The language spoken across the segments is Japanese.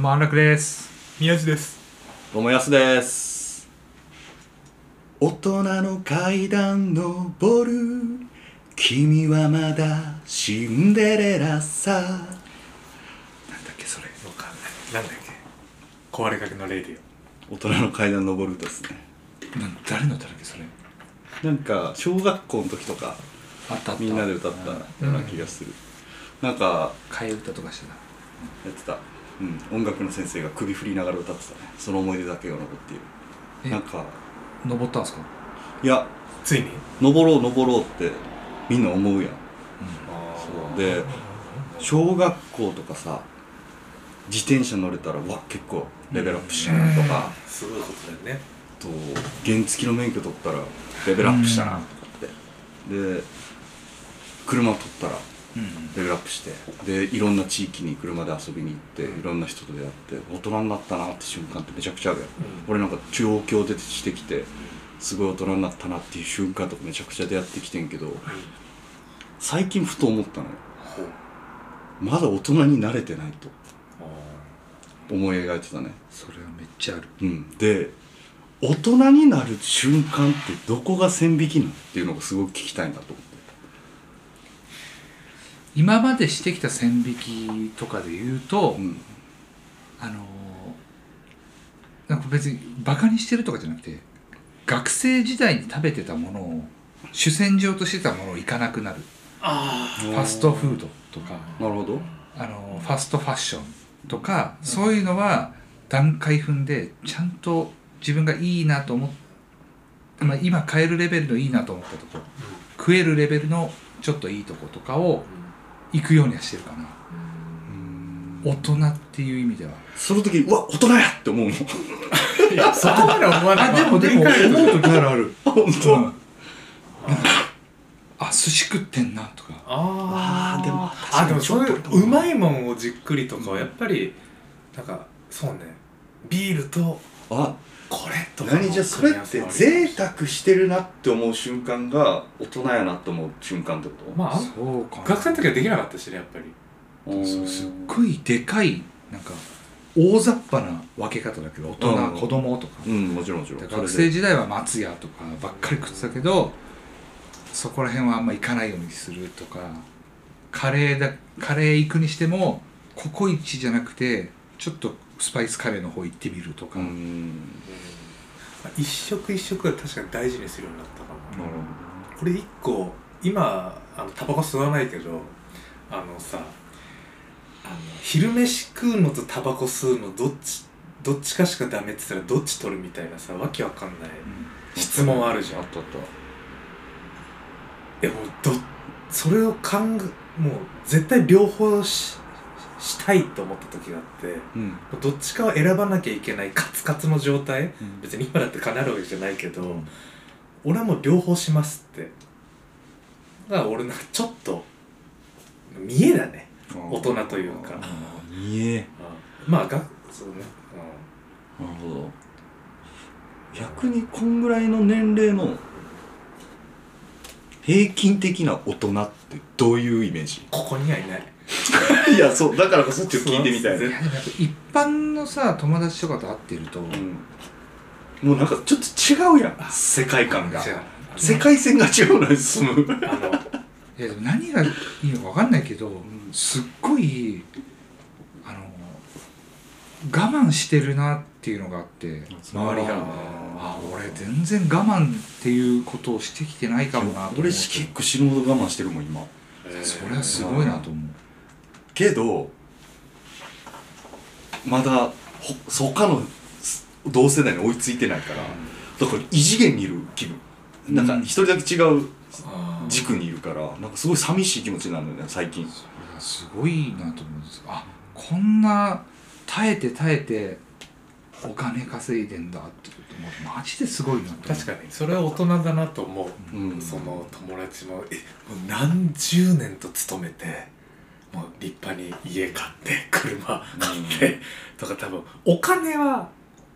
も安楽です宮地ですどうもやすです大人の階段登る君はまだシンデレラさなんだっけそれわかんないなんだっけ壊れかけのレイディ大人の階段登る歌ですねオなん誰のだらけそれなんか小学校の時とかあったあったみんなで歌ったような気がする、なんか替え歌とかしてたやってた、うん、音楽の先生が首振りながら歌ってたねその思い出だけが残っていえるなんか登ったんすかいやついに登ろう登ろうってみんな思うやんそうで小学校とかさ自転車乗れたらうわ結構レベルアップしたなとか、すごいことだよねあと原付の免許取ったらレベルアップしたなとかって、で車取ったらうんレベルアップしてでいろんな地域に車で遊びに行っていろんな人と出会って大人になったなって瞬間ってめちゃくちゃあるやん、俺なんか上京出てしてきてすごい大人になったなっていう瞬間とかめちゃくちゃ出会ってきてんけど、最近ふと思ったのよほうまだ大人に慣れてないと思い描いてたねそれはめっちゃあるうんで大人になる瞬間ってどこが線引きなのっていうのがすごく聞きたいなと思って今までしてきた線引きとかで言うと、うんあのーなんか別にバカにしてるとかじゃなくて学生時代に食べてたものを主戦場としてたものをいかなくなるファストフードとか、なるほどあのーファストファッションとか、そういうのは段階踏んでちゃんと自分がいいなと思って、まあ、今買えるレベルのいいなと思ったとこ食えるレベルのちょっといいとことかを行くようにはしてるかな大人っていう意味ではその時にうわ大人やって思うのいやそこまで思わないあでもでも思う時あるある本当、うんあ寿司食ってんなとかああーでもあでもそういううまいもんをじっくりとかはやっぱりなんかそうねビールと あこれとかの何じゃそれって贅沢してるなって思う瞬間が大人やなって思う瞬間ってことまああんそうか学生の時はできなかったしねやっぱりうんそうすっごいでかいなんか大雑把な分け方だけど大人、うん子供とかうんもちろんもちろん学それ生で時代は松屋とかばっかり食ってたけどそこら辺はあんま行かないようにするとかカレーだカレー行くにしてもココイチじゃなくてちょっとスパイスカレーの方行ってみるとか、うん一食一食は確かに大事にするようになったかもなるほどこれ一個今あのタバコ吸わないけどあのさあの昼飯食うのとタバコ吸うのどっちどっちかしかダメって言ったらどっち取るみたいなさわけわかんない質問あるじゃんあったあったえもうどそれを考えもう絶対両方しししたいと思った時があってうんもうどっちかを選ばなきゃいけないカツカツの状態別に今だって叶えるわけじゃないけど、俺はもう両方しますってだから俺なんかちょっと見えだね大人というか、いえうんまあがそうね、なるほど逆にこんぐらいの年齢の平均的な大人ってどういうイメージここにはいないいやそうだからこそちょっと聞いてみたいそういな、やでもやっぱ一般のさ友達とかと会ってると、うん、もうなんかちょっと違うやん世界観が違う世界線が違うのに進むあ のいやでも何がいいのか分かんないけど、すっごいあの我慢してるなっていうのがあって周りがあ俺全然我慢っていうことをしてきてないかもなと思って俺し結構死ぬほど我慢してるもん今それはすごいなと思うけどまだほ他のす同世代に追いついてないから、だから異次元にいる気分なんか一人だけ違う軸にいるからなんかすごい寂しい気持ちになるんだよね最近いやすごいなと思うんですあこんな耐えて耐えてお金稼いでんだってこともうマジですごいなと思う確かにそれは大人だなと思う、うんその友達もえもう何十年と勤めてもう立派に家買って車買って、とか多分お金は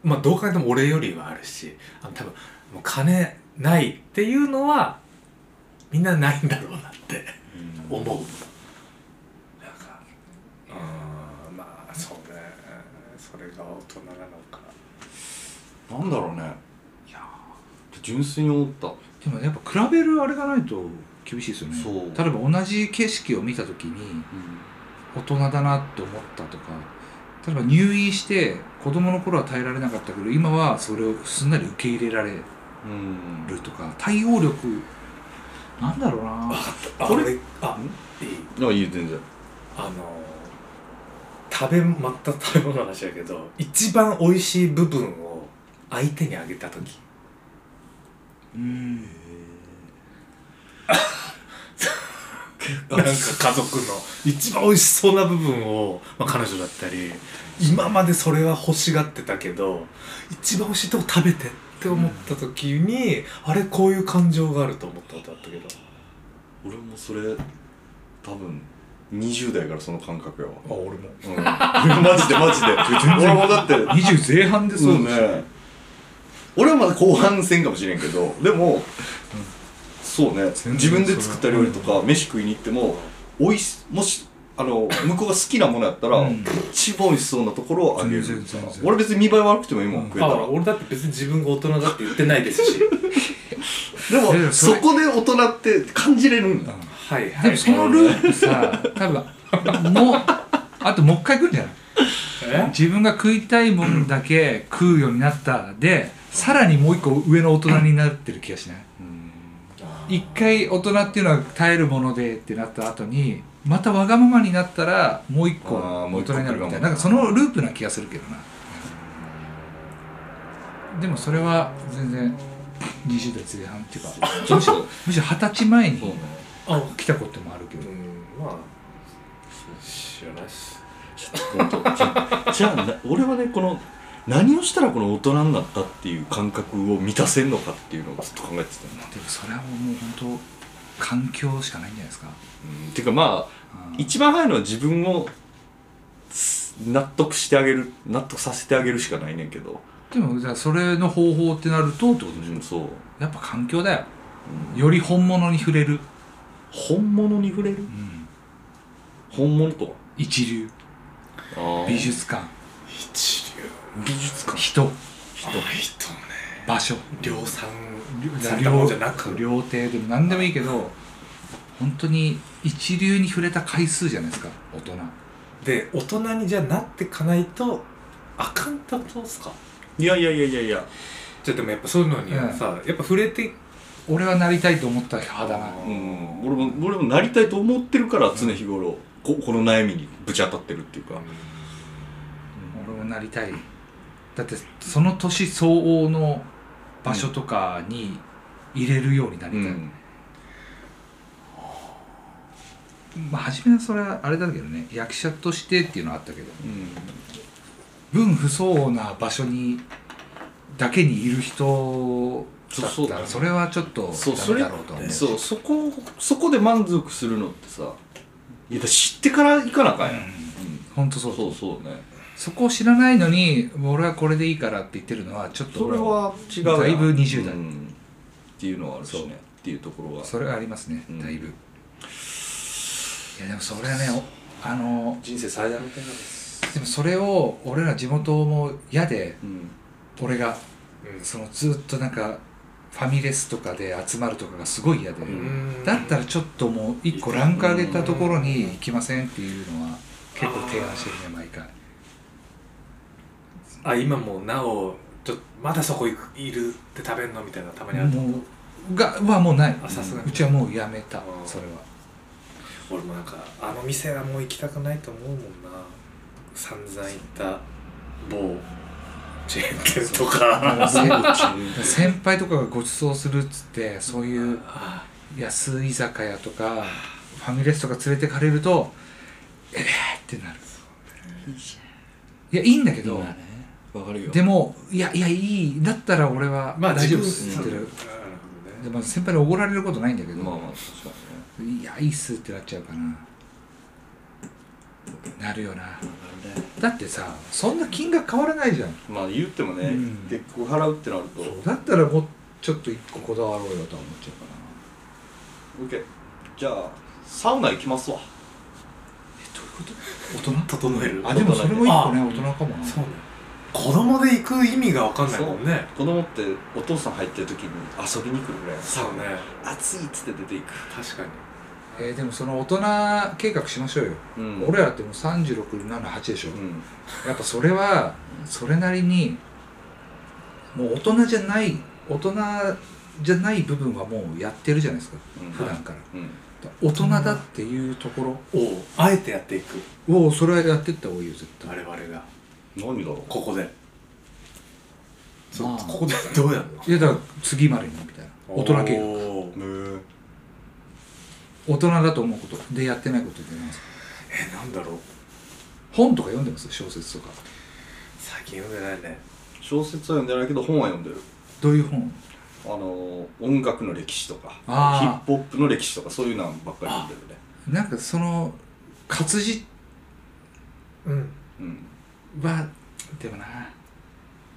まあどう考えても俺よりはあるしあの多分もう金ないっていうのはみんなないんだろうなって思うなんかうんまあそうねそ人なのかなんだろうねいや純粋に思ったでもやっぱ比べるあれがないと厳しいですよねそう例えば同じ景色を見た時に大人だなって思ったとか例えば入院して子供の頃は耐えられなかったけど今はそれをすんなり受け入れられうん、うんるとか対応力なんだろうなあこれ俺あいいあいいよ全然あの食べまた食べ物の話だけど一番美味しい部分を相手にあげた時うん なんか家族の一番美味しそうな部分を、まあ、彼女だったり今までそれは欲しがってたけど一番美味しいとこ食べてって思った時に、あれこういう感情があると思ったことあったけど俺もそれ多分20代からその感覚やわあ俺もうんマジでマジで俺もだって20前半でそうですね俺はまだ後半戦かもしれんけどでも、そうね全然自分で作った料理とか飯食いに行っても美味しもしあの向こうが好きなものやったら、うん一番美味しそうなところをあげる全然全然俺別に見栄え悪くてもいいもん食えたら、あ俺だって別に自分が大人だって言ってないです しいやいでもやそそれこで大人って感じれるんだ、はいはでいもそのループさ多分もうあともう一回来るんじゃないえ自分が食いたいもんだけ食うようになったでさらにもう一個上の大人になってる気がしない一回大人っていうのは耐えるものでってなった後にまたわがままになったらもう一個あーも大う一個人になるみたいな来るかもなんかそのループな気がするけどなでもそれは全然20代前半っていうかむしろむしろ二十歳前にあ来たこともあるけうどんまあ知らないし本当じゃあじゃあな俺はねこの何をしたらこの大人になったっていう感覚を満たせんのかっていうのをずっと考えてたんだ、でもそれはもう本当環境しかないんじゃないですかうん、ていうかまあ一番早いのは自分をす納得してあげる納得させてあげるしかないねんけど、でもじゃあそれの方法ってなるとってことでしょうんそうやっぱ環境だよより本物に触れる、本物に触れるうん、本物と一流は美術館一流美術館人人人ね場所量産されたも料んじゃなく料亭でも何でもいいけど本当に一流に触れた回数じゃないですか大人で大人にじゃあなってかないとあかんってことですかいやいやいやいやいやじゃあでもやっぱそういうのにはさ、やっぱ触れて俺はなりたいと思った派だなうん俺も俺もなりたいと思ってるから常日頃ここの悩みにぶち当たってるっていうか俺もなりたいだってその年相応の場所とかに入れるようになりうたい、んまあ初めはそれはあれだけどね役者としてっていうのはあったけどうん分不相応な場所にだけにいる人だそうっそたうらそれはちょっとそうダそメれだろうと思うそうそこそこで満足するのってさいやだから知ってから行かなあかんやん、うん本当そうそうそうねそこを知らないのに俺はこれでいいからって言ってるのはちょっとそ俺れはは違うやんだいぶ20代うんっていうのはあるしねっていうところはそれはありますねうんだいぶ、いやでもそれはねおあの人生最大のテーマです、でもそれを俺ら地元も嫌でうん俺がうんそのずっとなんかファミレスとかで集まるとかがすごい嫌で、んだったらちょっともう一個ランク上げたところに行きませんっていうのは結構提案してるね毎回あ今もなおちょっとまだそこいくいるって食べんのみたいなたまにあるともうがはもうないあさすがにうちはもうやめたうんそれは俺もなんかあの店はもう行きたくないと思うもんな散々行った某チェーン店とかだからせ先輩とかがご馳走するっつってそういうあ安い居酒屋とかファミレスとか連れてかれるとええー、ってなるいやいいんだけど、わかるよでもいやいやいいだったら俺はまあ大丈夫っ自すって分言ってる、あなるほどねでまあ先輩におごられることないんだけど、まあまあ確かにねいやいいっすってなっちゃうかななるよなだってさそんな金額変わらないじゃんまあ言ってもね、うん結局払うってなるとだったらもうちょっと一個こだわろうよとは思っちゃうかな OK じゃあサウナ行きますわ大人整えるあでもそれも一個ねあ大人かもなそうねこ子供で行く意味が分かんないもんね子供ってお父さん入ってる時に遊びに来るぐらいなんですよそうね暑いっつって出ていく、確かにえーでもその大人計画しましょうよ、うん俺らってもう367でしょ、うんやっぱそれはそれなりにもう大人じゃない大人じゃない部分はもうやってるじゃないですかうん普段からうん大人だっていうとこおうあえてやっていくろをそれはやってった方がいいよ絶対我々が何だろうここでそまあここでどうやるのいやだから次までにみたいな大人計画おーへー大人だと思うことでやってないことって何ですかえなんだろう本とか読んでます小説とか最近読んでないね小説は読んでないけど本は読んでるどういう本あのー音楽の歴史とかヒあーップホップの歴史とかそういうのばっかり読んでるねなんかその活字うんうん、はでもな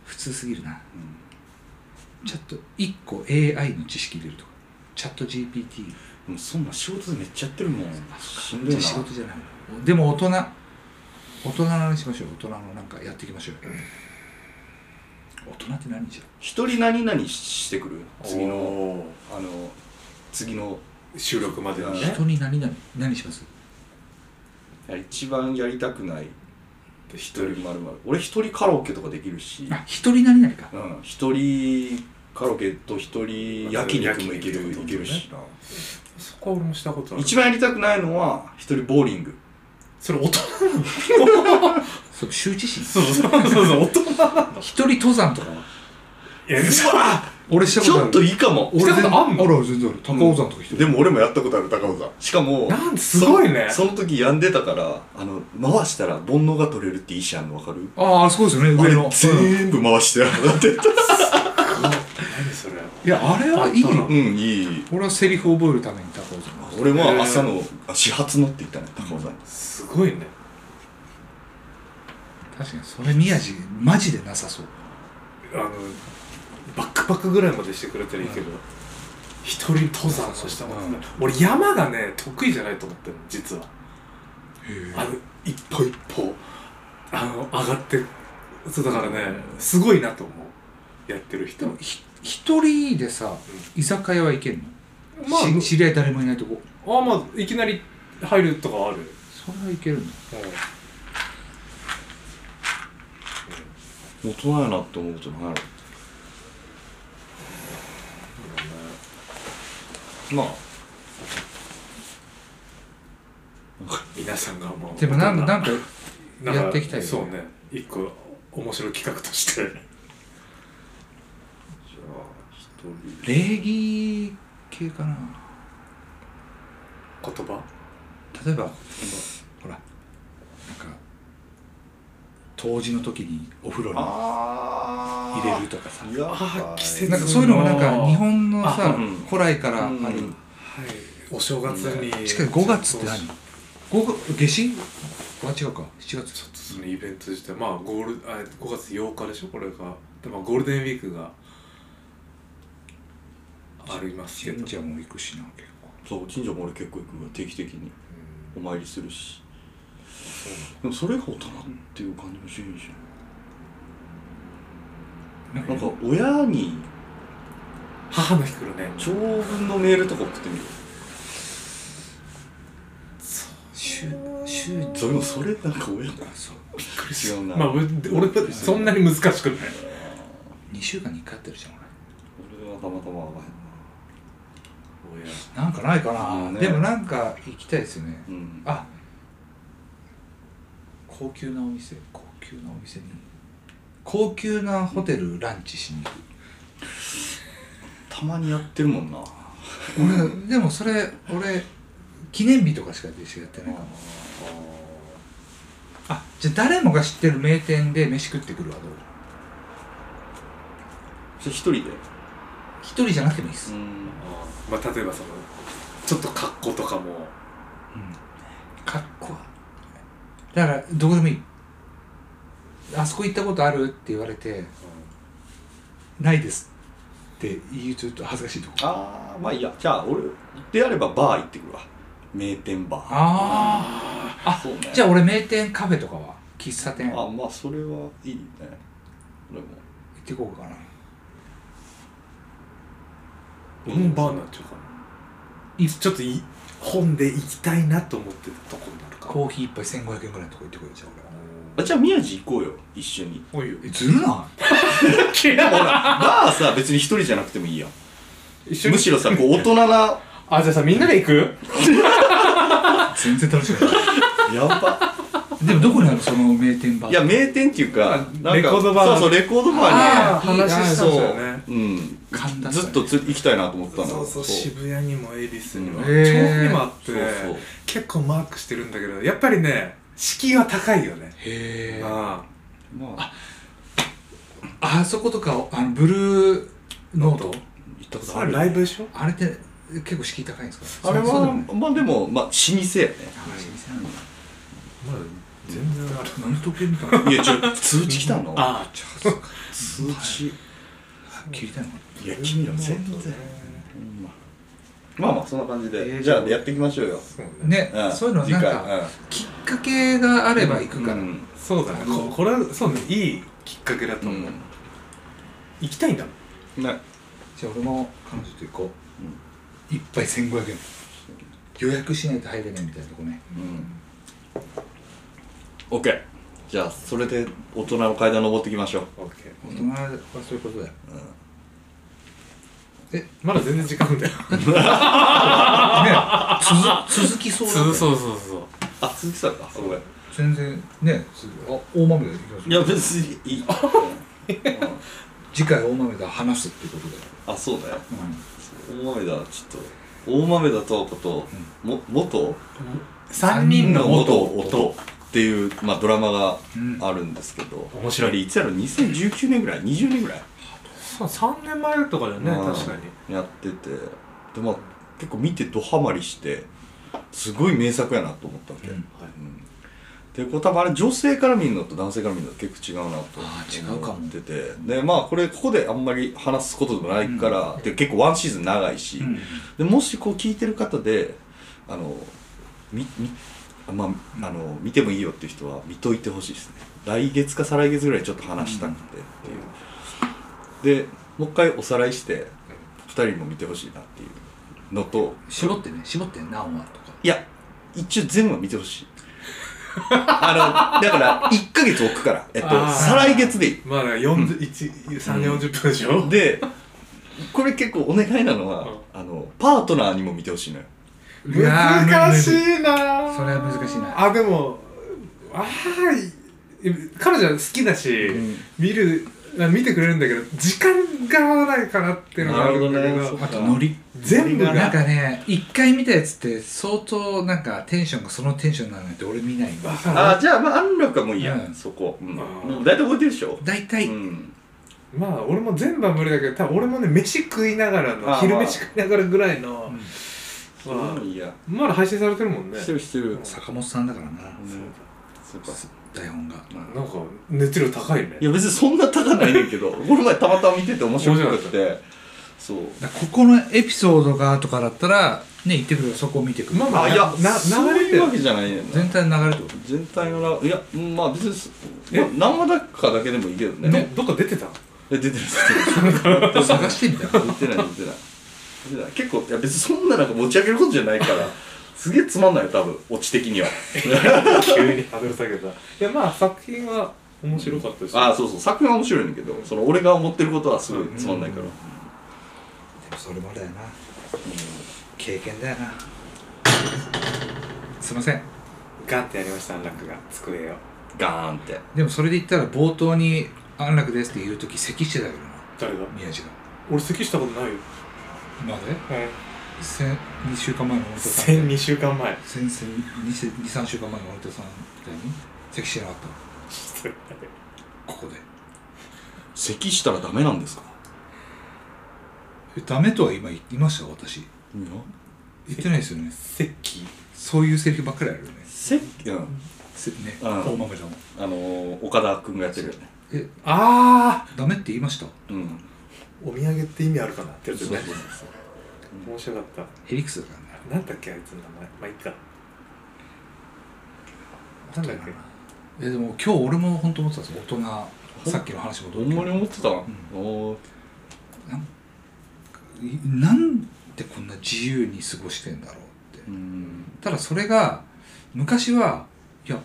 普通すぎるなうんちょっと1個 AI の知識入れるとかチャット GPT でもそんな仕事でめっちゃやってるもんしんどいじなゃあ仕事じゃないでも大人大人の話しましょう大人のなんかやっていきましょうよ大人って何じゃ一人何々してくる次のおーあの次の収録までにえね人に何々何します一番やりたくない一一人まるまる俺一人カラオケとかできるしあ一人何々かうん一人カラオケと一人焼肉もいける焼肉いけるしなそこは俺もしたことある一番やりたくないのは一人ボーリングそれ大人そう羞恥心そうそうそうそう大人一人登山とかはいやそう 俺したちことあょるっといいかも俺したことあんの全然ある全然ある高尾山とか一人でも俺もやったことある高尾山しかもなんてすごいねその時病んでたからあの回したら煩悩が取れるっていいシャンの分かるああそうですよね上のあれ全部回してやるってた何それいやあれはいいよ うんいい俺はセリフ覚えるために高尾山俺は朝のあ始発のって言ったね高尾山にすごいね確かにそれ宮地マジでなさそうあのバックパックぐらいまでしてくれたらいいけど、一人登山をしたもんね、俺山がね得意じゃないと思ってるの実はあの一歩一歩あの上がってそうだからねすごいなと思うやってる人でもひ一人でさ居酒屋は行けるのまあし知り合い誰もいないとこあまあいきなり入るとかはあるそれはいけるんだ大人やなって思うことないまあ皆さんがもうでもなん大人なんかなんやっていきたいよねそうね一個面白い企画としじて ゃあ一人礼儀系かな言葉例えばほらなんか冬至の時にお風呂にあ入れるとかさいやあー季節なんかそういうのもなんか日本のあさうん古来からあるうんはい、お正月にしかも5月って何5月夏至は違うか7月ちょっとそのイベント自体まあゴールあ5月8日でしょこれがでまあゴールデンウィークがありますけど神社も行くしな結構そう近所も俺結構行くわ定期的にお参りするしでもそれが大人っていう感じもしないじゃんなんか親に母の日来るね長文のメールとか送ってみる週週それもそれなんか親がそう違うな、まあ俺俺だってそんなに難しくない2週間に1回やってるじゃん俺俺はたまたま甘いなんかないかうな、んねでもなんか行きたいですよねなうんあ高級なお店高級なお店に高級なホテルランチしに行く、たまにやってるもんな俺でもそれ俺記念日とかしかやってないかもあじゃあ誰もが知ってる名店で飯食ってくるわどうそれ一人で一人じゃなくてもいいです、んまあ例えばそのちょっと格好とかもかっこはだからどこでもいいあそこ行ったことあるって言われて、ないですって言うとちょっと恥ずかしいとこああまあいいやじゃあ俺であればバー行ってくるわ名店バーあそうねあじゃあ俺名店カフェとかは喫茶店あまあそれはいいね俺も行ってこうかなうんばーなんちゃうかないちょっとい本で行きたいなと思ってたとこにな るかコーヒー一杯1500円ぐらいのとこ行ってこいよじゃあ俺あじゃあ宮地行こうよ一緒においよえずるなほらバーさ別に一人じゃなくてもいいやん一緒にむしろさこう大人な あじゃあさみんなで行く全然楽しくない やばでもどこにあるその名店バーいや名店っていうかなんかレコードバーそうそうレコードバーあねー話したんですよねうん神田さんずっとつ行きたいなと思ったそのうそう渋谷にも恵比寿にもうん調布にもあっそてうそう結構マークしてるんだけどやっぱりね敷居は高いよねへえあまああそことかあのブルーノート行ったあことそあれるライブでしょあれって結構敷居高いんですかあれそうは、だねまあでもまあ老舗やねまだ全然ある何時計み たいないやちょ通知来たのあ通知切りたいのかいや君ら全然ほんままあまあそんな感じでじゃあやっていきましょうよそうねなね、んそういうのなん次回か、うんきっかけがあれば行くから、うんそうだねここれはそうねいいきっかけだと思う行きたいんだもんねじゃあ俺も彼女と行こう、一杯1500円予約しないと入れないみたいなとこねうんオッケーじゃあそれで大人の階段登っていきましょう大 OK 人はそういうことだよ、まだ全然 時間だよね続続きそうだねうそうそうあ鈴木さんかごめん全然ねすぐあ大豆で行きましょういや別にいいうん次回大豆で話すっていうことで、あそうだようん大豆だちょっと大豆だとこと、も元3人人のの元元音っていう、まあ、ドラマがうんあるんですけど、面白いあれいつやろ2019年ぐらい20年ぐらい、 3年前とかだよねうん確かにやっててでまあ結構見てドハマりしてすごい名作やなと思ったわけ、うんうんでこう多分あれ女性から見るのと男性から見るのと結構違うなとあー違うかも思っててでまあこれここであんまり話すことでもないから、で結構ワンシーズン長いし、うんでもしこう聞いてる方であのみみあまああの見てもいいよっていう人は見といてほしいですね来月か再来月ぐらいちょっと話したくてっていう、でもう一回おさらいして2人にも見てほしいなっていうのと絞ってね絞って何話とかいや一応全部は見てほ しいあのだから1ヶ月置くから、えっと、あー再来月でいいまあ340分でし ょでこれ結構お願いなのは、うんあのパートナーにも見てほしいのよいやー難しいなーそれは難しいなあでもああ彼女は好きだし、ん見るあ見てくれるんだけど時間が合わないかなっていうのがあるんだけどなるほどねあとノリ全部がなんかね一回見たやつって相当なんかテンションがそのテンションにならないと俺見ないんだわかるあーじゃあまあ安楽はもういいや、うんそこ、うん、あーもう大体覚えてるでしょ大体、うんまあ俺も全部は無理だけど多分俺もね飯食いながらのあー昼飯食いながらぐらいのうんそれはもういいやまだ配信されてるもんねしてるしてる坂本さんだからな、うんそうかそ台本がうかなんか熱量高いねいや別にそんな高ないねんけ どこの前たまたま見てて面白くてそうだからここのエピソードがとかだったらね言ってくれよそこを見てくる、まあまああいやなそう流れていうわけじゃないねんな全体の流れってこ全体のないやうんまあ別にすえまあ何話だかだけでもいいけどねどどっか出てた え出てる と探してみたら出てる出てない出てない出てない結構いや別にそんななんか持ち上げることじゃないからすげえつまんないよ多分オチ的には急にハードル下げたいやまあ作品は面白かったですああそうそう作品は面白いんだけどその俺が思ってることはすごいつまんないから、でもそれもだよな経験だよなすいませんガンってやりました安楽が机をガーンってでもそれで言ったら冒頭に「安楽です」って言う時咳してたけどな誰が宮治が俺咳したことないよまだねはい2週間前の太田さん1 2週間前先々23週間前の太田さんみたいに咳してなかったの ここで咳したらダメなんですかえダメとは今言いました私いや言ってないですよね咳そういうセリフばっかりあるよね咳うんせねうん大豆だもんあのー、岡田君がやってるよねえああダメって言いましたうんお土産って意味あるかなってやつそうそうねそう面白かったヘリクスだからねなんだっけあいつの名前まあいいかなんだっけえでも今日俺も本当思ってたんですよ大人さっきの話もほどうんまに思ってた、あなんでこんな自由に過ごしてんだろうってーうんただそれが昔はいや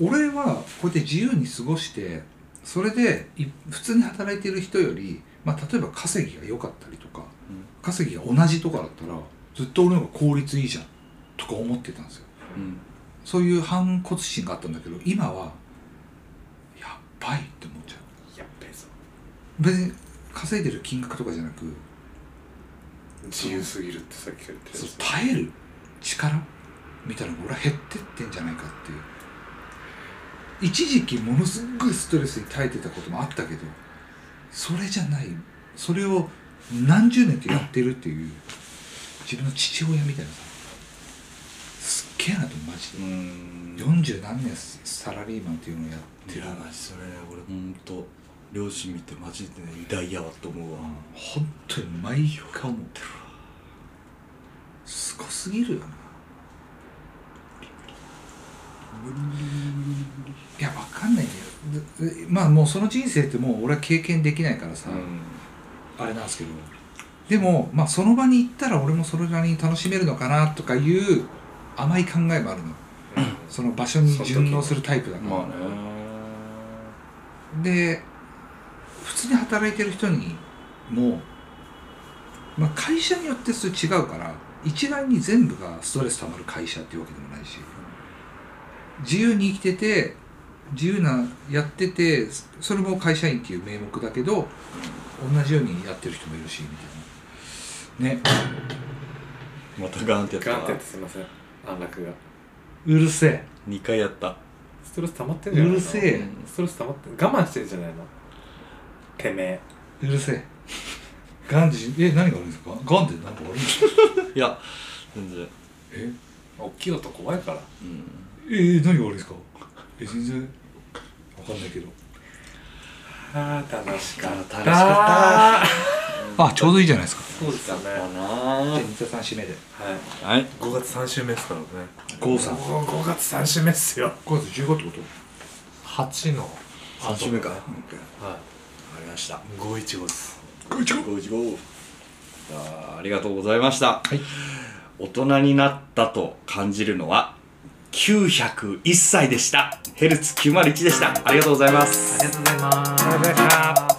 俺はこうやって自由に過ごしてそれでい普通に働いてる人より、まあ、例えば稼ぎが良かったりとかうん稼ぎが同じとかだったらずっと俺の方が効率いいじゃんとか思ってたんですようんそういう反骨心があったんだけど今はやばいって思っちゃうやっべえぞ別に稼いでる金額とかじゃなく自由すぎるってさっきから言ってたそうやつ耐える力みたいなのが俺は減ってってんじゃないかっていう一時期ものすごいストレスに耐えてたこともあったけどそれじゃないそれを何十年とやってるっていう自分の父親みたいなさすっげえなと思うマジでうん40何年サラリーマンっていうのをやっているやそれ俺ほんと両親見てマジで偉大やわと思うわ、本当に毎回思ってるわすごすぎるよな無理無理無理無理いやわかんないけどででまあもうその人生ってもう俺は経験できないからさ、あれなんですけどでもまあその場に行ったら俺もそれなりに楽しめるのかなとかいう甘い考えもあるのその場所に順応するタイプだから、まあねで普通に働いてる人にも、まあ、会社によってそれ違うから一概に全部がストレスたまる会社っていうわけでもないし自由に生きてて自由なやっててそれも会社員っていう名目だけど同じようにやってる人もいるしみたいなねまたガンってやったガンっわてやってすいません安楽がうるせえ2回やったストレス溜まってんじゃないうのるせえストレス溜まって我慢してるじゃないのてめえうるせえガンジえ何が悪いんですかガンって何か悪いんですかいや全然え大きい音怖いからうんえー、何が悪いんですかえ全然わかんないけどあー楽しかった楽しかあちょうどいいじゃないですかそうですよねだはな三田さん締めでいはい5月3週目っすからね郷さんもう5月3週目っすよ5月15ってこと8の3週目かはわいかりました515です515さあありがとうございました、い大人になったと感じるのは901歳でしたヘルツ901でしたありがとうございますありがとうございます